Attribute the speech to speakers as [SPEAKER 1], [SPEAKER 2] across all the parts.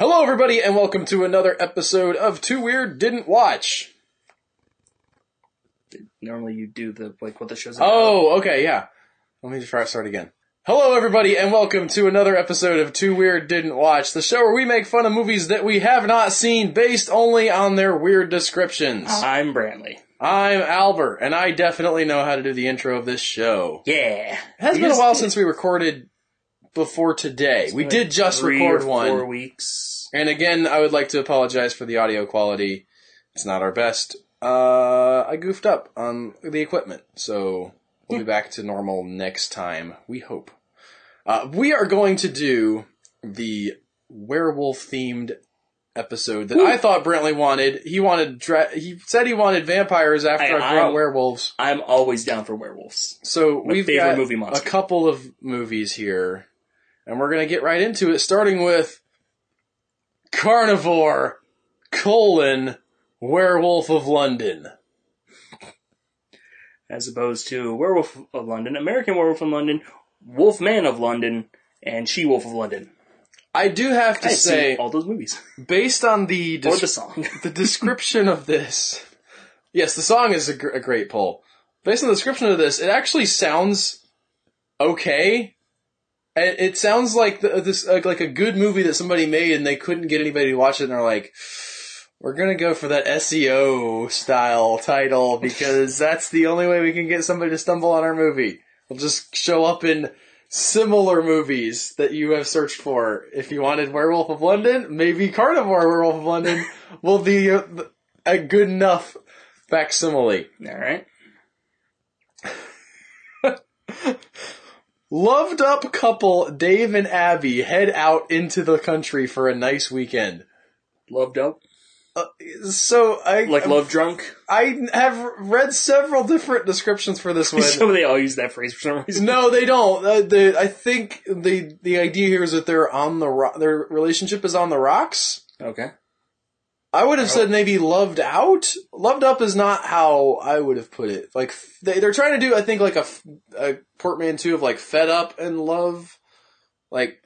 [SPEAKER 1] everybody, and welcome to another episode of Too Weird Didn't Watch.
[SPEAKER 2] Normally you do the like what the show's about.
[SPEAKER 1] Oh, okay, yeah. Let me try start again. Hello, everybody, and welcome to another episode of Too Weird Didn't Watch, the show where we make fun of movies that we have not seen based only on their weird descriptions.
[SPEAKER 2] I'm Brantley.
[SPEAKER 1] I'm Albert, and I definitely know how to do the intro of this show.
[SPEAKER 2] Yeah.
[SPEAKER 1] It has been a while since we recorded before today. We did just record
[SPEAKER 2] Four
[SPEAKER 1] one.
[SPEAKER 2] weeks.
[SPEAKER 1] And again, I would like to apologize for the audio quality. It's not our best. Uh, I goofed up on the equipment, so we'll be back to normal next time. We hope. Uh, we are going to do the werewolf themed episode that I thought Brentley wanted. He wanted dra- he said he wanted vampires after I,
[SPEAKER 2] I-
[SPEAKER 1] grew up
[SPEAKER 2] I-
[SPEAKER 1] werewolves.
[SPEAKER 2] I'm always down for werewolves.
[SPEAKER 1] So
[SPEAKER 2] My
[SPEAKER 1] we've
[SPEAKER 2] favorite
[SPEAKER 1] got
[SPEAKER 2] movie
[SPEAKER 1] a
[SPEAKER 2] monster.
[SPEAKER 1] couple of movies here, and we're gonna get right into it, starting with Carnivore colon Werewolf of London.
[SPEAKER 2] As opposed to Werewolf of London, American Werewolf of London, Wolfman of London, and She Wolf of London.
[SPEAKER 1] I do have to
[SPEAKER 2] I've
[SPEAKER 1] say,
[SPEAKER 2] seen all those movies.
[SPEAKER 1] based on the
[SPEAKER 2] Or
[SPEAKER 1] description.
[SPEAKER 2] the song.
[SPEAKER 1] the description of this. Yes, the song is a, gr- a great pull. Based on the description of this, it actually sounds okay. It, it sounds like the, this uh, like a good movie that somebody made and they couldn't get anybody to watch it, and they're like, "We're gonna go for that SEO style title because that's the only way we can get somebody to stumble on our movie. We'll just show up in." Similar movies that you have searched for. If you wanted Werewolf of London, maybe Carnivore Werewolf of London will be uh, a good enough facsimile.
[SPEAKER 2] Alright.
[SPEAKER 1] Loved up couple Dave and Abby head out into the country for a nice weekend.
[SPEAKER 2] Love Dope.
[SPEAKER 1] So I
[SPEAKER 2] Like Love Drunk.
[SPEAKER 1] I have read several different descriptions for this one.
[SPEAKER 2] so they all use that phrase for some reason.
[SPEAKER 1] No, they don't. Uh, the, I think the the idea here is that they're on the ro- their relationship is on the rocks.
[SPEAKER 2] Okay.
[SPEAKER 1] I would have said maybe loved out. Loved up is not how I would have put it. Like f- they, they're trying to do, I think, like a, f- a portmanteau of like fed up and love, like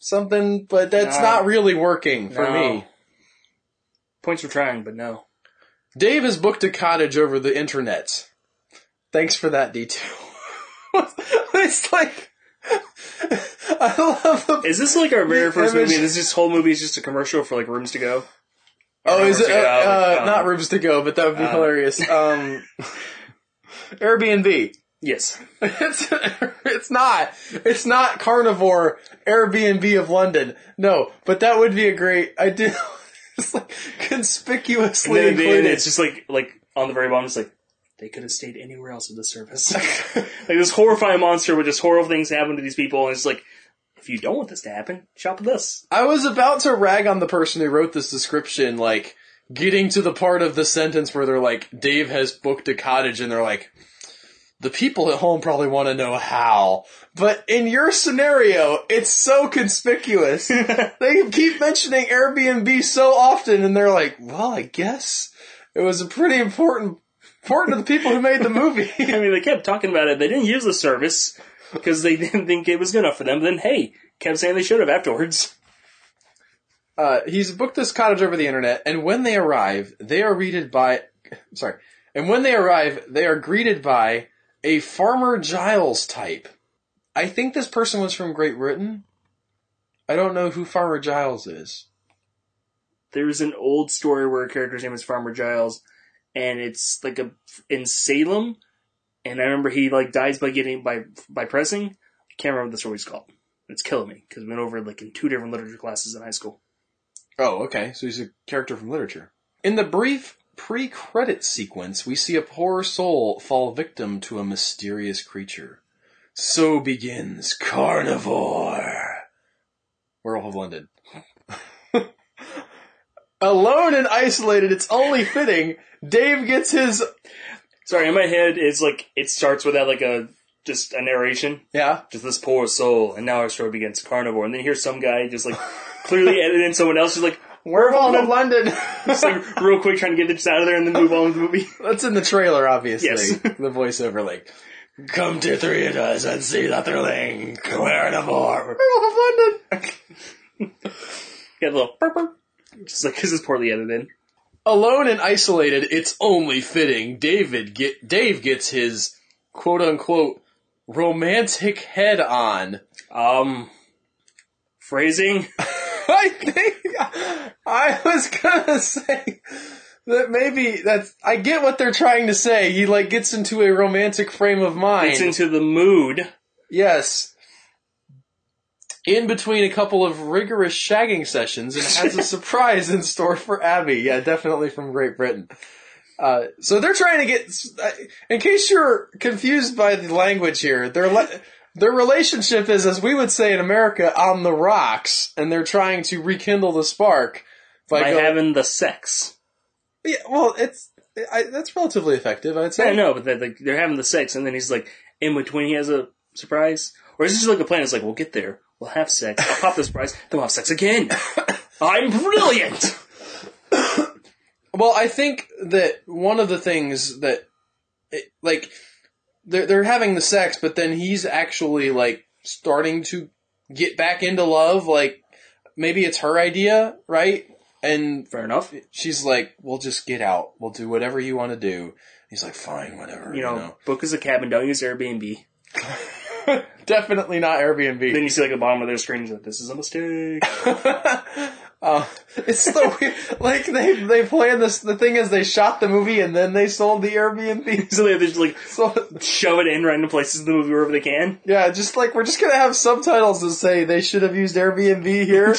[SPEAKER 1] something. But that's
[SPEAKER 2] No.
[SPEAKER 1] not really working for
[SPEAKER 2] No.
[SPEAKER 1] me.
[SPEAKER 2] Points for trying, but no.
[SPEAKER 1] Dave has booked a cottage over the internet. Thanks for that detail. it's like I love the.
[SPEAKER 2] Is this like our very
[SPEAKER 1] The
[SPEAKER 2] first
[SPEAKER 1] image-
[SPEAKER 2] movie? Is this whole movie is just a commercial for like rooms to go?
[SPEAKER 1] Oh, is
[SPEAKER 2] Rooms
[SPEAKER 1] it
[SPEAKER 2] to
[SPEAKER 1] uh,
[SPEAKER 2] Go, Uh, like,
[SPEAKER 1] uh,
[SPEAKER 2] um,
[SPEAKER 1] not rooms to go? But that would be hilarious. Um, Airbnb.
[SPEAKER 2] Yes.
[SPEAKER 1] It's it's not it's not carnivore Airbnb of London. No, but that would be a great. I do. It's like
[SPEAKER 2] And
[SPEAKER 1] conspicuously
[SPEAKER 2] then at the end,
[SPEAKER 1] included.
[SPEAKER 2] it's just like like on the very bottom, it's like they could have stayed anywhere else in the service. like this horrifying monster with just horrible things happen to these people, and it's like if you don't want this to happen, shop with us.
[SPEAKER 1] I was about to rag on the person who wrote this description, like getting to the part of the sentence where they're like, Dave has booked a cottage, and they're like, the people at home probably want to know how. But in your scenario, it's so conspicuous. they keep mentioning Airbnb so often, and they're like, well, I guess it was a pretty important, important to the people who made the movie.
[SPEAKER 2] I mean, they kept talking about it. They didn't use the service because they didn't think it was good enough for them. Then hey, kept saying they should have afterwards.
[SPEAKER 1] Uh, he's booked this cottage over the internet, and when they arrive, they are greeted by. Sorry. And when they arrive, they are greeted by a Farmer Giles type. I think this person was from Great Britain. I don't know who Farmer Giles is.
[SPEAKER 2] There's an old story where a character's name is Farmer Giles, and it's like a in Salem, and I remember he like dies by getting by by pressing. I can't remember what the story's called. It's killing me because we went over it, like in two different literature classes in high school.
[SPEAKER 1] Oh, okay. So he's a character from literature. In the brief pre credit sequence, we see a poor soul fall victim to a mysterious creature. So begins Carnivore. Werewolf of London. Alone and isolated, it's only fitting. Dave gets his.
[SPEAKER 2] Sorry, in my head, it's like it starts without like a just a narration,
[SPEAKER 1] Yeah.
[SPEAKER 2] just this poor soul, and now our story begins carnivore, and then here's some guy just like clearly edited in someone else, just like
[SPEAKER 1] Werewolf of London.
[SPEAKER 2] just, like, real quick trying to get this out of there and then move on with the movie.
[SPEAKER 1] That's in the trailer, obviously.
[SPEAKER 2] Yes.
[SPEAKER 1] the voiceover, like, come to three of us and see the thrilling Carnivore. Werewolf of London.
[SPEAKER 2] He had a little burp, burp. Just like, this is poorly edited.
[SPEAKER 1] Alone and isolated, it's only fitting David get Dave gets his quote unquote romantic head on.
[SPEAKER 2] Um, phrasing.
[SPEAKER 1] I think I was gonna say that maybe that's I get what they're trying to say. He like gets into a romantic frame of mind.
[SPEAKER 2] It's into the mood.
[SPEAKER 1] yes. In between a couple of rigorous shagging sessions and has a surprise in store for Abby. Yeah, definitely from Great Britain. Uh, so they're trying to get, uh, in case you're confused by the language here, they're, le- their relationship is, as we would say in America, on the rocks, and they're trying to rekindle the spark by
[SPEAKER 2] by
[SPEAKER 1] go-
[SPEAKER 2] having the sex.
[SPEAKER 1] Yeah, well, it's I, that's relatively effective, I'd
[SPEAKER 2] I
[SPEAKER 1] say.
[SPEAKER 2] know, but they're, like, they're having the sex, and then he's like, in between, he has a surprise. Or is this just like a plan? It's like, we'll get there, we'll have sex, I'll pop the surprise, then we'll have sex again. I'm brilliant.
[SPEAKER 1] Well, I think that one of the things that, it, like, they're they're having the sex, but then he's actually like starting to get back into love. Like, maybe it's her idea, right? And
[SPEAKER 2] Fair enough.
[SPEAKER 1] she's like, "We'll just get out. We'll do whatever you want to do." He's like, "Fine, whatever."
[SPEAKER 2] You know, book is a cabin, don't use Airbnb.
[SPEAKER 1] definitely not Airbnb.
[SPEAKER 2] Then you see like the bottom of their screen, like, this is a mistake.
[SPEAKER 1] Uh, it's so weird. Like they they planned this. The thing is, they shot the movie and then they sold the Airbnb.
[SPEAKER 2] so they just like
[SPEAKER 1] So
[SPEAKER 2] shove it in right into places in the movie wherever they can.
[SPEAKER 1] yeah, just like we're just gonna have subtitles that say they should have used Airbnb here.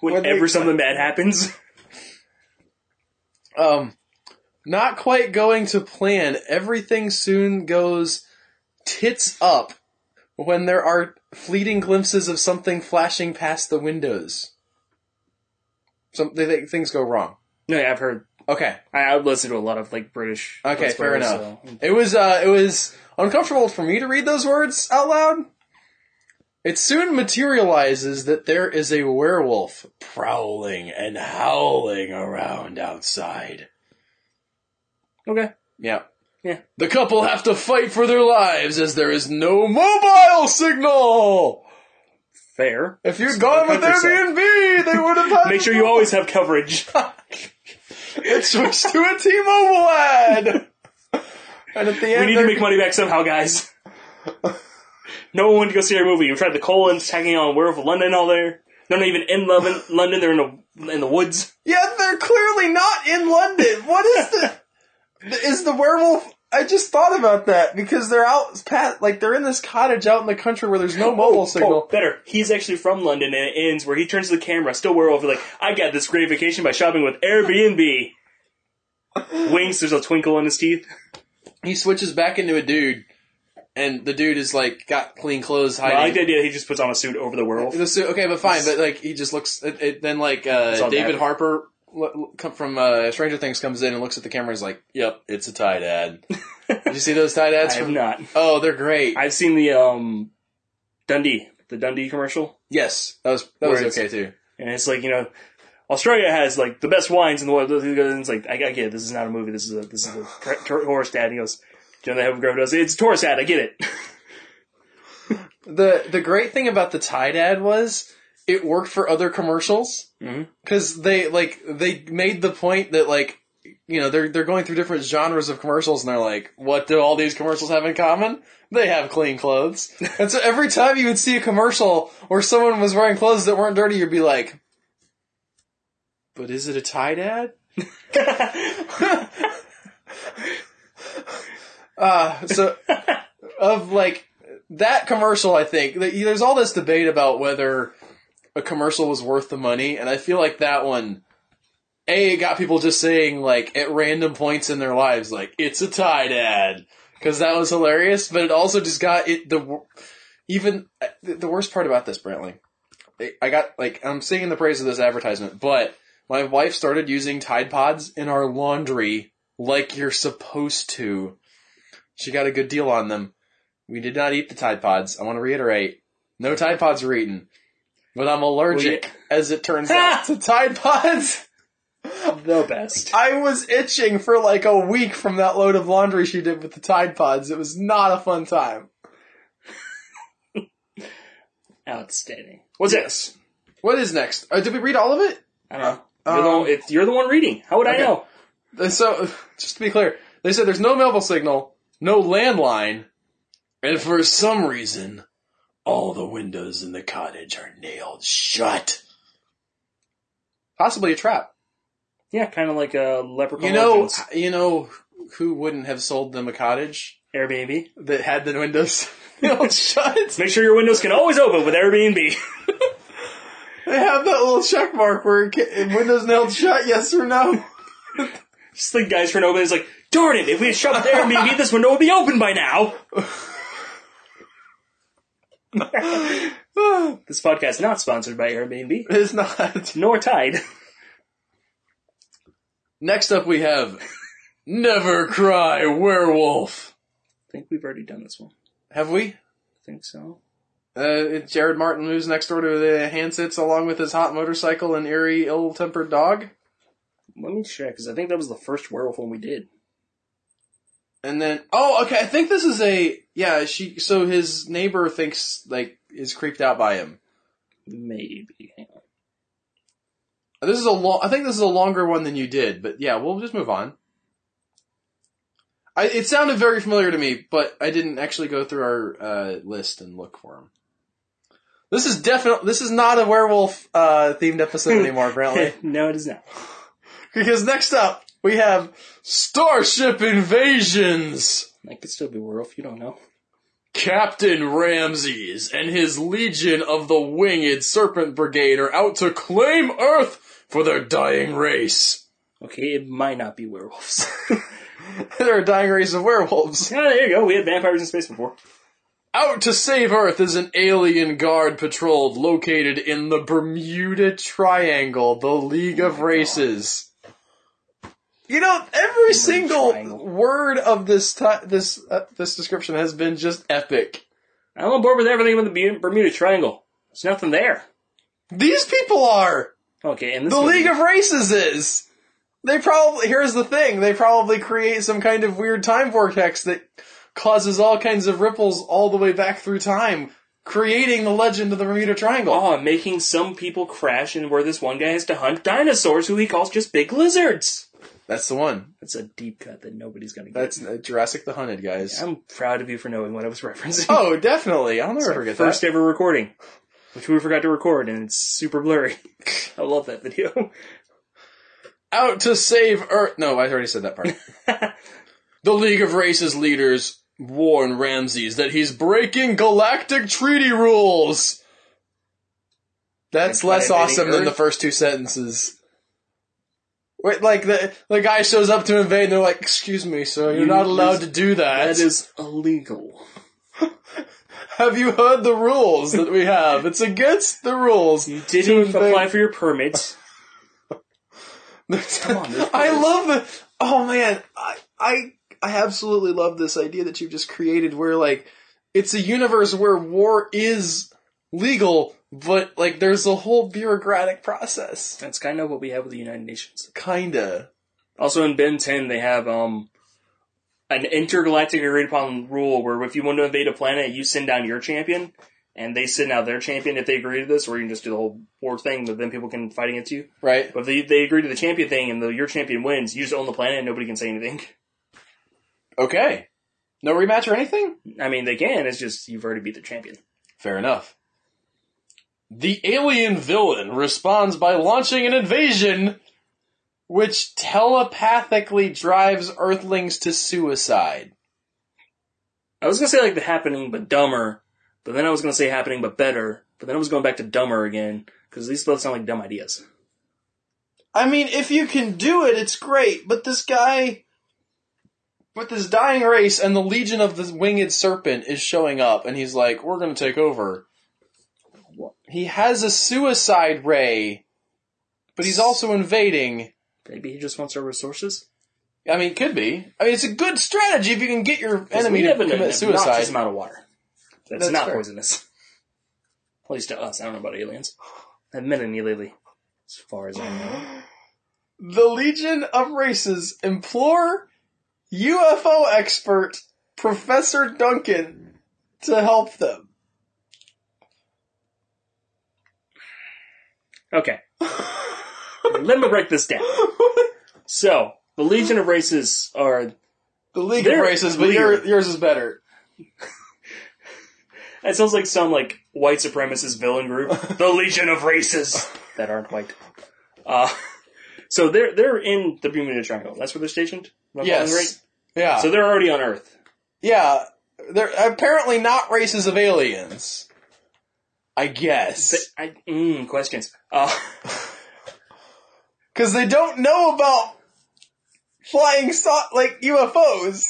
[SPEAKER 2] Whenever
[SPEAKER 1] When they-
[SPEAKER 2] something bad happens.
[SPEAKER 1] um, not quite going to plan. Everything soon goes tits up when there are fleeting glimpses of something flashing past the windows. Some they think things go wrong.
[SPEAKER 2] No, yeah, I've heard.
[SPEAKER 1] Okay,
[SPEAKER 2] I, I've listened to a lot of like British.
[SPEAKER 1] Okay,
[SPEAKER 2] Let's
[SPEAKER 1] fair
[SPEAKER 2] Players,
[SPEAKER 1] enough.
[SPEAKER 2] so-
[SPEAKER 1] It was uh, it was uncomfortable for me to read those words out loud. It soon materializes that there is a werewolf prowling and howling around outside.
[SPEAKER 2] Okay.
[SPEAKER 1] Yeah.
[SPEAKER 2] Yeah.
[SPEAKER 1] The couple have to fight for their lives as there is no mobile signal.
[SPEAKER 2] Fair.
[SPEAKER 1] If you'd gone with Airbnb, they would have had
[SPEAKER 2] Make sure you always have coverage.
[SPEAKER 1] it switched to a T-Mobile ad. And at the
[SPEAKER 2] We
[SPEAKER 1] end,
[SPEAKER 2] need to
[SPEAKER 1] they're-
[SPEAKER 2] make money back somehow, guys. No one wanted to go see our movie. We tried the Colons, tagging on Werewolf of London, all there. They're not even in London. London. They're in the in the woods.
[SPEAKER 1] Yeah, they're clearly not in London. What is the is the werewolf? I just thought about that because they're out pat like they're in this cottage out in the country where there's no mobile
[SPEAKER 2] Oh,
[SPEAKER 1] signal.
[SPEAKER 2] better. He's actually from London, and it ends where he turns to the camera, still werewolf, like, I got this great vacation by shopping with Airbnb. Winks, there's a twinkle in his teeth.
[SPEAKER 1] He switches back into a dude, and the dude is like got clean clothes
[SPEAKER 2] I like the
[SPEAKER 1] hiding.
[SPEAKER 2] idea that he just puts on a suit over the werewolf.
[SPEAKER 1] The suit- okay, but fine, but like he just looks. It, it, then like uh,
[SPEAKER 2] all
[SPEAKER 1] David
[SPEAKER 2] bad.
[SPEAKER 1] Harper lo- lo- come from uh, Stranger Things comes in and looks at the camera. He's like, "Yep, it's a tie dad." Did you see those tie
[SPEAKER 2] I
[SPEAKER 1] dads?
[SPEAKER 2] have
[SPEAKER 1] From-
[SPEAKER 2] not.
[SPEAKER 1] oh, they're great.
[SPEAKER 2] I've seen the um Dundee, the Dundee commercial,
[SPEAKER 1] yes, that was that
[SPEAKER 2] Where
[SPEAKER 1] was
[SPEAKER 2] it's-
[SPEAKER 1] okay too.
[SPEAKER 2] and it's like you know, Australia has like the best wines in the world. And it's like I, I get it. This is not a movie. This is a this is a tra- tra- tourist ad. And he goes, do you know they have a does? It's a tourist ad. I get it.
[SPEAKER 1] the the great thing about the tie dad was it worked for other commercials
[SPEAKER 2] Mhm.
[SPEAKER 1] because they like they made the point that like you know they're they're going through different genres of commercials and they're like what do all these commercials have in common they have clean clothes and so every time you would see a commercial where someone was wearing clothes that weren't dirty you'd be like but is it a tie dad uh, so of like that commercial, I think that- there's all this debate about whether a commercial was worth the money, and I feel like that one, a it got people just saying like at random points in their lives like it's a tie dad because that was hilarious, but it also just got it the wor- even uh, the the worst part about this Brantley, I- I got like I'm singing the praise of this advertisement, but my wife started using Tide Pods in our laundry like you're supposed to. She got a good deal on them. We did not eat the Tide Pods. I want to reiterate, no Tide Pods were eaten. But I'm allergic,
[SPEAKER 2] Well,
[SPEAKER 1] as it turns out, to Tide Pods.
[SPEAKER 2] the best.
[SPEAKER 1] I was itching for like a week from that load of laundry she did with the Tide Pods. It was not a fun time.
[SPEAKER 2] Outstanding. What's this?
[SPEAKER 1] What is next? Uh, did we read all of it?
[SPEAKER 2] I don't know. You're, the,
[SPEAKER 1] Um,
[SPEAKER 2] one- if you're the one reading. How would
[SPEAKER 1] okay.
[SPEAKER 2] I know?
[SPEAKER 1] Uh, So, just to be clear, they said there's no Melville signal, no landline, and for some reason, all the windows in the cottage are nailed shut. Possibly a trap.
[SPEAKER 2] Yeah, kind of like a leprechaun.
[SPEAKER 1] You know,
[SPEAKER 2] Legends.
[SPEAKER 1] you know who wouldn't have sold them a cottage
[SPEAKER 2] Airbnb.
[SPEAKER 1] that had the windows nailed shut?
[SPEAKER 2] Make sure your windows can always open with Airbnb.
[SPEAKER 1] They have that little check mark where it ca- windows nailed shut, yes or no.
[SPEAKER 2] Just the guys for open. It's like, darn it! If we had shut the Airbnb, this window would be open by now. This podcast not sponsored by Airbnb
[SPEAKER 1] it's not.
[SPEAKER 2] nor Tide.
[SPEAKER 1] Next up, we have Never Cry Werewolf.
[SPEAKER 2] I think we've already done this one.
[SPEAKER 1] Have we?
[SPEAKER 2] I think so.
[SPEAKER 1] Uh, it's Jared Martin moves next door to the Hansits along with his hot motorcycle and eerie, ill-tempered dog.
[SPEAKER 2] Let me check because I think that was the first werewolf one we did.
[SPEAKER 1] And then, oh, okay, I think this is a, yeah, she, so his neighbor thinks, like, is creeped out by him.
[SPEAKER 2] Maybe. Hang on.
[SPEAKER 1] This is a long, I think this is a longer one than you did, but yeah, we'll just move on. I, it sounded very familiar to me, but I didn't actually go through our, uh, list and look for him. This is definitely, this is not a werewolf, uh, themed episode anymore, apparently.
[SPEAKER 2] no, it is not.
[SPEAKER 1] Because next up, we have Starship Invasions.
[SPEAKER 2] I could still be werewolf. You don't know.
[SPEAKER 1] Captain Ramses and his legion of the Winged Serpent Brigade are out to claim Earth for their dying race.
[SPEAKER 2] Okay, it might not be werewolves.
[SPEAKER 1] They're a dying race of werewolves.
[SPEAKER 2] Yeah, there you go. We had vampires in space before.
[SPEAKER 1] Out to save Earth is an alien guard patrol located in the Bermuda Triangle, the League of Races. You know, every single
[SPEAKER 2] Triangle.
[SPEAKER 1] word of this ti this uh, this description has been just epic.
[SPEAKER 2] I'm on board with everything with the Bu- Bermuda Triangle. There's nothing there.
[SPEAKER 1] These people are
[SPEAKER 2] Okay, and this
[SPEAKER 1] the
[SPEAKER 2] one-
[SPEAKER 1] League of Races is. They probably here's the thing. They probably create some kind of weird time vortex that causes all kinds of ripples all the way back through time, creating the legend of the Bermuda Triangle.
[SPEAKER 2] Oh, I'm making some people crash and where this one guy has to hunt dinosaurs who he calls just big lizards.
[SPEAKER 1] That's the one.
[SPEAKER 2] That's a deep cut that nobody's gonna get.
[SPEAKER 1] That's uh, Jurassic the Hunted, guys.
[SPEAKER 2] I'm proud of you for knowing what I was referencing.
[SPEAKER 1] Oh, definitely. I'll never
[SPEAKER 2] Our
[SPEAKER 1] forget
[SPEAKER 2] first
[SPEAKER 1] that.
[SPEAKER 2] ever recording, which we forgot to record, and it's super blurry. I love that video.
[SPEAKER 1] Out to save Earth. No, I already said that part. the League of Races leaders warn Ramses that he's breaking galactic treaty rules. That's
[SPEAKER 2] Like
[SPEAKER 1] less
[SPEAKER 2] planning
[SPEAKER 1] awesome than the
[SPEAKER 2] Earth?
[SPEAKER 1] first two sentences. Wait, like the the guy shows up to invade, and they're like, "Excuse me, sir, you're
[SPEAKER 2] You-
[SPEAKER 1] not allowed to do that.
[SPEAKER 2] That is illegal.
[SPEAKER 1] have you heard the rules that we have? It's against the rules."
[SPEAKER 2] You
[SPEAKER 1] To
[SPEAKER 2] didn't
[SPEAKER 1] invade-
[SPEAKER 2] apply for your permit. on, there's
[SPEAKER 1] I
[SPEAKER 2] photos.
[SPEAKER 1] love the. Oh man, I I I absolutely love this idea that you've just created, where like it's a universe where war is legal, but like there's a whole bureaucratic process.
[SPEAKER 2] That's kind of what we have with the United Nations.
[SPEAKER 1] Kinda.
[SPEAKER 2] Also, in Ben 10, they have um, an intergalactic agreed upon rule where if you want to invade a planet, you send down your champion, and they send out their champion if they agree to this, or you can just do the whole war thing that then people can fight against you.
[SPEAKER 1] Right.
[SPEAKER 2] But if they, they agree to the champion thing and the, your champion wins, you just own the planet and nobody can say anything.
[SPEAKER 1] Okay. No rematch or anything.
[SPEAKER 2] I mean, they can, it's just you've already beat the champion.
[SPEAKER 1] Fair enough. The alien villain responds by launching an invasion, which telepathically drives Earthlings to suicide.
[SPEAKER 2] I was gonna say like the happening but dumber, but then I was gonna say happening but better, but then I was going back to dumber again, because these both sound like dumb ideas.
[SPEAKER 1] I mean, if you can do it, it's great. But this guy, with this dying race and the legion of the winged serpent, is showing up, and he's like, "We're going to take over." He has a suicide ray, but he's also invading.
[SPEAKER 2] Maybe he just wants our resources?
[SPEAKER 1] I mean, could be. I mean, it's a good strategy if you can get your
[SPEAKER 2] 'Cause
[SPEAKER 1] enemy
[SPEAKER 2] we
[SPEAKER 1] to
[SPEAKER 2] have an
[SPEAKER 1] commit
[SPEAKER 2] obnoxious
[SPEAKER 1] suicide.
[SPEAKER 2] amount of water. That's,
[SPEAKER 1] That's
[SPEAKER 2] not
[SPEAKER 1] fair.
[SPEAKER 2] poisonous. At least to us. I don't know about aliens. I've met any lately, as far as I know.
[SPEAKER 1] The Legion of Races implore UFO expert Professor Duncan to help them.
[SPEAKER 2] Okay. Let me break this down. So, the Legion of Races are.
[SPEAKER 1] The League
[SPEAKER 2] They're
[SPEAKER 1] of Races, but your,
[SPEAKER 2] weird.
[SPEAKER 1] yours is better.
[SPEAKER 2] That sounds like some like white supremacist villain group. the Legion of Races that aren't white. Uh, so they're they're in the Bermuda Triangle. That's where they're stationed. Am I following
[SPEAKER 1] Yes. Yeah.
[SPEAKER 2] right? So they're already on Earth.
[SPEAKER 1] yeah. They're apparently not races of aliens. I guess.
[SPEAKER 2] I, mm, questions. Uh,
[SPEAKER 1] Because they don't know about flying, so- like, UFOs.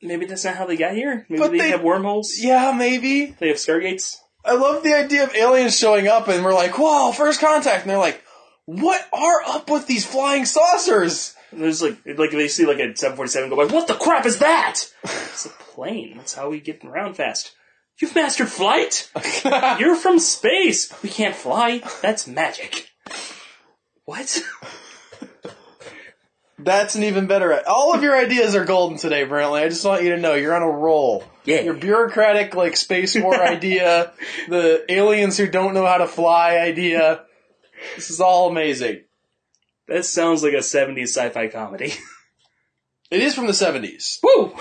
[SPEAKER 2] maybe that's not how they got here. Maybe
[SPEAKER 1] But
[SPEAKER 2] they,
[SPEAKER 1] they-
[SPEAKER 2] have wormholes.
[SPEAKER 1] Yeah, maybe.
[SPEAKER 2] They have stargates.
[SPEAKER 1] I love the idea of aliens showing up and we're like, whoa, first contact. And they're like, what are up with these flying saucers?
[SPEAKER 2] And There's like like they see like a 747 go by. What the crap is that? It's a plane. That's how we get around fast. You've mastered flight. You're from space. We can't fly. That's magic. What?
[SPEAKER 1] That's an even better. All of your ideas are golden today, Brantley. I just want you to know you're on a roll.
[SPEAKER 2] Yeah.
[SPEAKER 1] Your bureaucratic, like, space war idea, the aliens who don't know how to fly idea. This is all amazing.
[SPEAKER 2] That sounds like a 70s sci-fi comedy.
[SPEAKER 1] It is from the 70s.
[SPEAKER 2] Woo!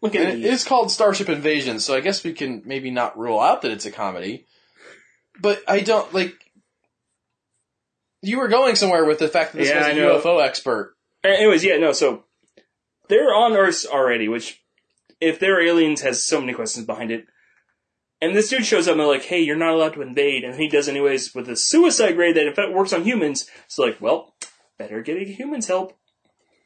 [SPEAKER 2] Look
[SPEAKER 1] And
[SPEAKER 2] at
[SPEAKER 1] it
[SPEAKER 2] me.
[SPEAKER 1] is called Starship Invasion, so I guess we can maybe not rule out that it's a comedy. But I don't, like, you were going somewhere with the fact that this
[SPEAKER 2] Yeah,
[SPEAKER 1] was
[SPEAKER 2] I
[SPEAKER 1] a
[SPEAKER 2] know.
[SPEAKER 1] UFO expert.
[SPEAKER 2] Uh, Anyways, yeah, no, so they're on Earth already, which if they're aliens has so many questions behind it. And this dude shows up and like, hey, you're not allowed to invade, and he does anyways with a suicide raid that in fact works on humans. So like, well, better get a humans help.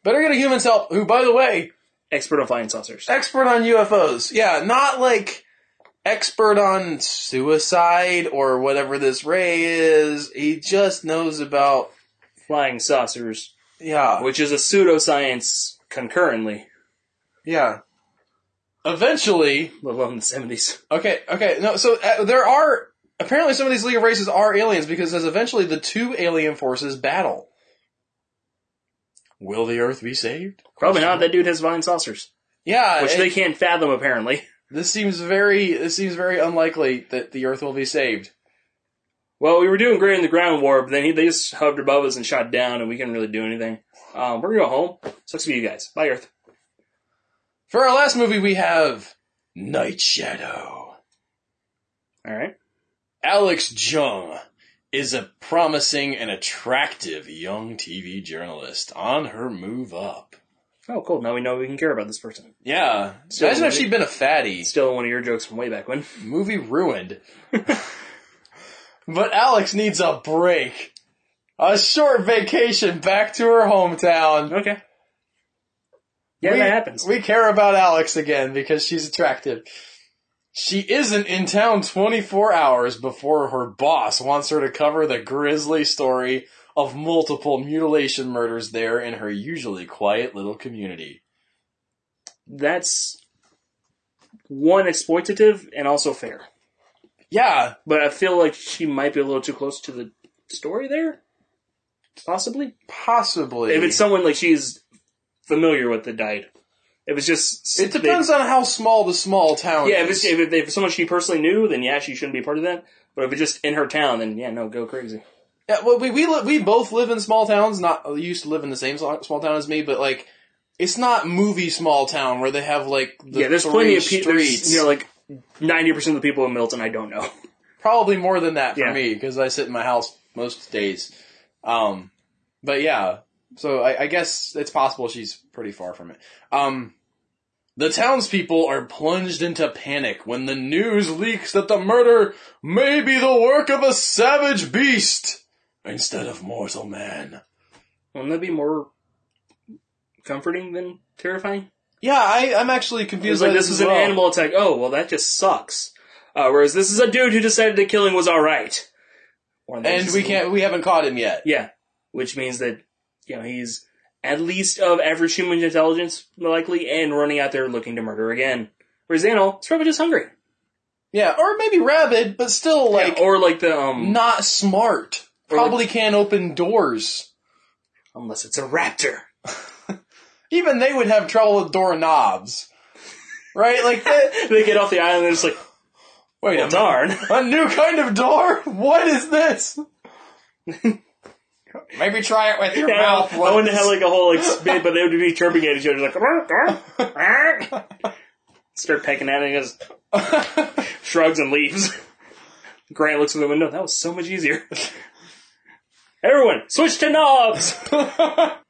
[SPEAKER 1] Better get a human's help, who, by the way,
[SPEAKER 2] Expert on flying saucers.
[SPEAKER 1] expert on UFOs. Yeah, not like expert on suicide or whatever this Ray is. He just knows about
[SPEAKER 2] Flying saucers.
[SPEAKER 1] yeah,
[SPEAKER 2] Which is a pseudoscience concurrently,
[SPEAKER 1] yeah. Eventually,
[SPEAKER 2] let alone the seventies.
[SPEAKER 1] okay, okay. No, so uh, there are apparently some of these League of Races are aliens because as eventually the two alien forces battle. Will the Earth be saved?
[SPEAKER 2] Probably not. That dude has flying saucers,
[SPEAKER 1] Yeah,
[SPEAKER 2] which
[SPEAKER 1] it-
[SPEAKER 2] they can't fathom apparently.
[SPEAKER 1] this seems very this seems very unlikely that the Earth will be saved.
[SPEAKER 2] Well, we were doing great in the ground war, but then he, they just hovered above us and shot down, and we couldn't really do anything. Um, we're gonna go home. Sucks to be you guys. Bye, Earth.
[SPEAKER 1] For our last movie, we have Night Shadow.
[SPEAKER 2] All right.
[SPEAKER 1] Alex Jung is a promising and attractive young TV journalist on her move up.
[SPEAKER 2] Oh, cool. Now we know we can care about this person.
[SPEAKER 1] Yeah.
[SPEAKER 2] So
[SPEAKER 1] Imagine if
[SPEAKER 2] what-
[SPEAKER 1] she'd been a fatty.
[SPEAKER 2] Still one of your jokes from way back when.
[SPEAKER 1] Movie ruined. but Alex needs a break. A short vacation back to her hometown.
[SPEAKER 2] Okay. Yeah,
[SPEAKER 1] we,
[SPEAKER 2] that happens.
[SPEAKER 1] We care about Alex again because she's attractive. She isn't in town 24 hours before her boss wants her to cover the grisly story of multiple mutilation murders there in her usually quiet little community.
[SPEAKER 2] That's one exploitative and also fair.
[SPEAKER 1] Yeah,
[SPEAKER 2] But I feel like she might be a little too close to the story there. Possibly.
[SPEAKER 1] possibly.
[SPEAKER 2] If it's someone like she's familiar with that died. If it's just
[SPEAKER 1] it depends on how small the small town
[SPEAKER 2] Yeah, if
[SPEAKER 1] is.
[SPEAKER 2] it's, if, it, if it's someone she personally knew, then yeah, she shouldn't be part of that. But if it's just in her town, then yeah, no, go crazy.
[SPEAKER 1] Yeah, well, we we li- we both live in small towns. Not you used to live in the same small small town as me, but like, it's not movie small town where they have like the
[SPEAKER 2] yeah, there's
[SPEAKER 1] three
[SPEAKER 2] plenty of people.
[SPEAKER 1] streets.
[SPEAKER 2] You know, like ninety percent of the people in Milton, I don't know.
[SPEAKER 1] probably more than that for
[SPEAKER 2] Yeah.
[SPEAKER 1] me because I sit in my house most days. Um, but yeah, so I, I guess it's possible she's pretty far from it. Um, the townspeople are plunged into panic when the news leaks that the murder may be the work of a savage beast instead of mortal man.
[SPEAKER 2] Wouldn't that be more comforting than terrifying?
[SPEAKER 1] Yeah, I, I'm actually
[SPEAKER 2] It was
[SPEAKER 1] confused.
[SPEAKER 2] like
[SPEAKER 1] by
[SPEAKER 2] this was
[SPEAKER 1] as
[SPEAKER 2] an
[SPEAKER 1] well.
[SPEAKER 2] animal attack. Oh well, that just sucks. Uh, whereas this is a dude who decided the killing was all right, Or that
[SPEAKER 1] and
[SPEAKER 2] just-
[SPEAKER 1] we can't, we haven't caught him yet.
[SPEAKER 2] Yeah, which means that you know he's at least of average human intelligence, likely, and running out there looking to murder again. Whereas animal, it's probably just hungry,
[SPEAKER 1] Yeah, or maybe rabid, but still like
[SPEAKER 2] Yeah, or like the um,
[SPEAKER 1] not smart.
[SPEAKER 2] Or like-
[SPEAKER 1] Probably can't open doors.
[SPEAKER 2] unless it's a raptor.
[SPEAKER 1] even they would have trouble with doorknobs. Right? Like that.
[SPEAKER 2] They get off the island and it's like, "Oh,
[SPEAKER 1] Wait
[SPEAKER 2] well,
[SPEAKER 1] a minute.
[SPEAKER 2] darn.
[SPEAKER 1] A new kind of door? What is this?
[SPEAKER 3] Maybe try it with your
[SPEAKER 2] Yeah,
[SPEAKER 3] mouth.
[SPEAKER 2] I wouldn't
[SPEAKER 3] once.
[SPEAKER 2] have like a whole like spit, but they would be chirping at each other like "Arr, arr, arr." start pecking at it and just shrugs and leaves. Grant looks in the window. That was so much easier. Everyone, switch to knobs.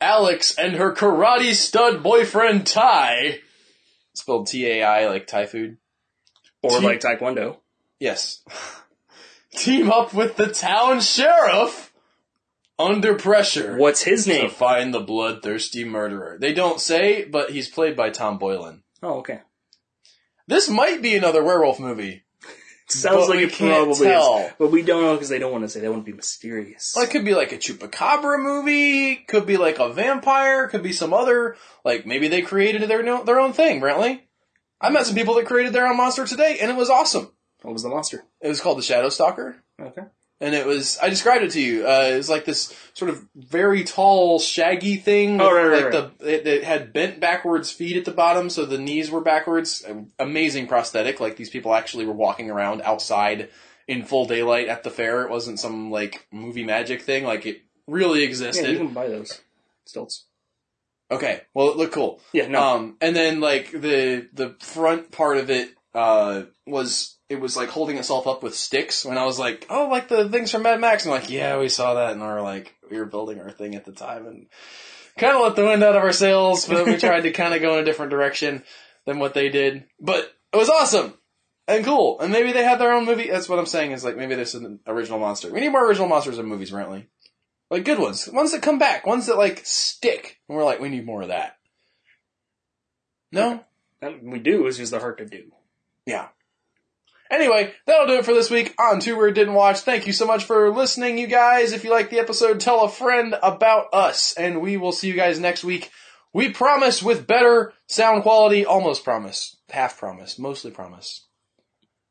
[SPEAKER 1] Alex and her karate stud boyfriend Ty, spelled T A I like Thai food.
[SPEAKER 2] Or
[SPEAKER 1] Gee.
[SPEAKER 2] like Taekwondo.
[SPEAKER 1] Yes. Team up with the town sheriff under pressure
[SPEAKER 2] What's his
[SPEAKER 1] to
[SPEAKER 2] name?
[SPEAKER 1] find the bloodthirsty murderer. They don't say, but he's played by Tom Boylan.
[SPEAKER 2] Oh, okay.
[SPEAKER 1] This might be another werewolf movie.
[SPEAKER 2] Sounds
[SPEAKER 1] But
[SPEAKER 2] like
[SPEAKER 1] we
[SPEAKER 2] it
[SPEAKER 1] can't
[SPEAKER 2] probably is,
[SPEAKER 1] tell.
[SPEAKER 2] but we don't know because they don't want to say. They want to be mysterious.
[SPEAKER 1] Well, it could be like a chupacabra movie. Could be like a vampire. Could be some other like maybe they created their no- their own thing. Brantley, I met some people that created their own monster today, and it was awesome.
[SPEAKER 2] what was the monster?
[SPEAKER 1] It was called the Shadow Stalker,
[SPEAKER 2] Okay.
[SPEAKER 1] and it was I described it to you. Uh, it was like this sort of very tall, shaggy thing.
[SPEAKER 2] Oh,
[SPEAKER 1] with,
[SPEAKER 2] right, right,
[SPEAKER 1] like The, it, it had bent backwards feet at the bottom, so the knees were backwards. Amazing prosthetic. Like these people actually were walking around outside in full daylight at the fair. It wasn't some like movie magic thing. Like it really
[SPEAKER 2] Yeah, you
[SPEAKER 1] existed.
[SPEAKER 2] can buy those stilts.
[SPEAKER 1] okay, well it looked cool.
[SPEAKER 2] Yeah, no.
[SPEAKER 1] Um, and then like the the front part of it uh, was it was like holding itself up with sticks. When I was like, oh, like the things from Mad Max. I'm like, yeah, we saw that, and we were like, we were building our thing at the time, and kind of let the wind out of our sails, but we tried to kind of go in a different direction than what they did. But it was awesome and cool, and maybe they had their own movie. That's what I'm saying is like maybe there's an original monster. We need more original monsters in movies, apparently. Like good ones, ones that come back, ones that like stick. And we're like, we need more of that. No,
[SPEAKER 2] That we do is just the hard to do.
[SPEAKER 1] yeah. Anyway, that'll do it for this week on Two Weird Didn't Watch. Thank you so much for listening, you guys. If you like the episode, tell a friend about us, and we will see you guys next week. We promise with better sound quality, almost promise, half promise, mostly promise.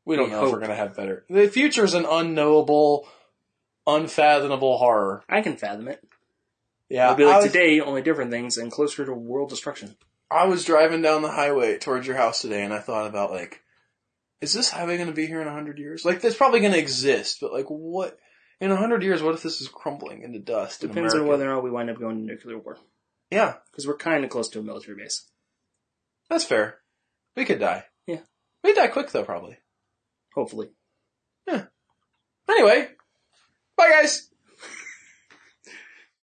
[SPEAKER 1] We don't
[SPEAKER 2] We
[SPEAKER 1] know if
[SPEAKER 2] hope.
[SPEAKER 1] we're going to have better. The future is an unknowable, unfathomable horror.
[SPEAKER 2] I can fathom it.
[SPEAKER 1] Yeah,
[SPEAKER 2] It'll be
[SPEAKER 1] I
[SPEAKER 2] like
[SPEAKER 1] was-
[SPEAKER 2] today, only different things and closer to world destruction.
[SPEAKER 1] I was driving down the highway towards your house today, and I thought about like, is this highway going to be here in a hundred years? Like, it's probably going to exist, but like, what in a hundred years? What if this is crumbling into dust? in
[SPEAKER 2] Depends on
[SPEAKER 1] America?
[SPEAKER 2] whether or not we wind up going to nuclear war.
[SPEAKER 1] Yeah,
[SPEAKER 2] Because we're kind of close to a military base.
[SPEAKER 1] that's fair. We could die.
[SPEAKER 2] Yeah.
[SPEAKER 1] we die quick though, probably.
[SPEAKER 2] Hopefully.
[SPEAKER 1] Anyway, bye guys.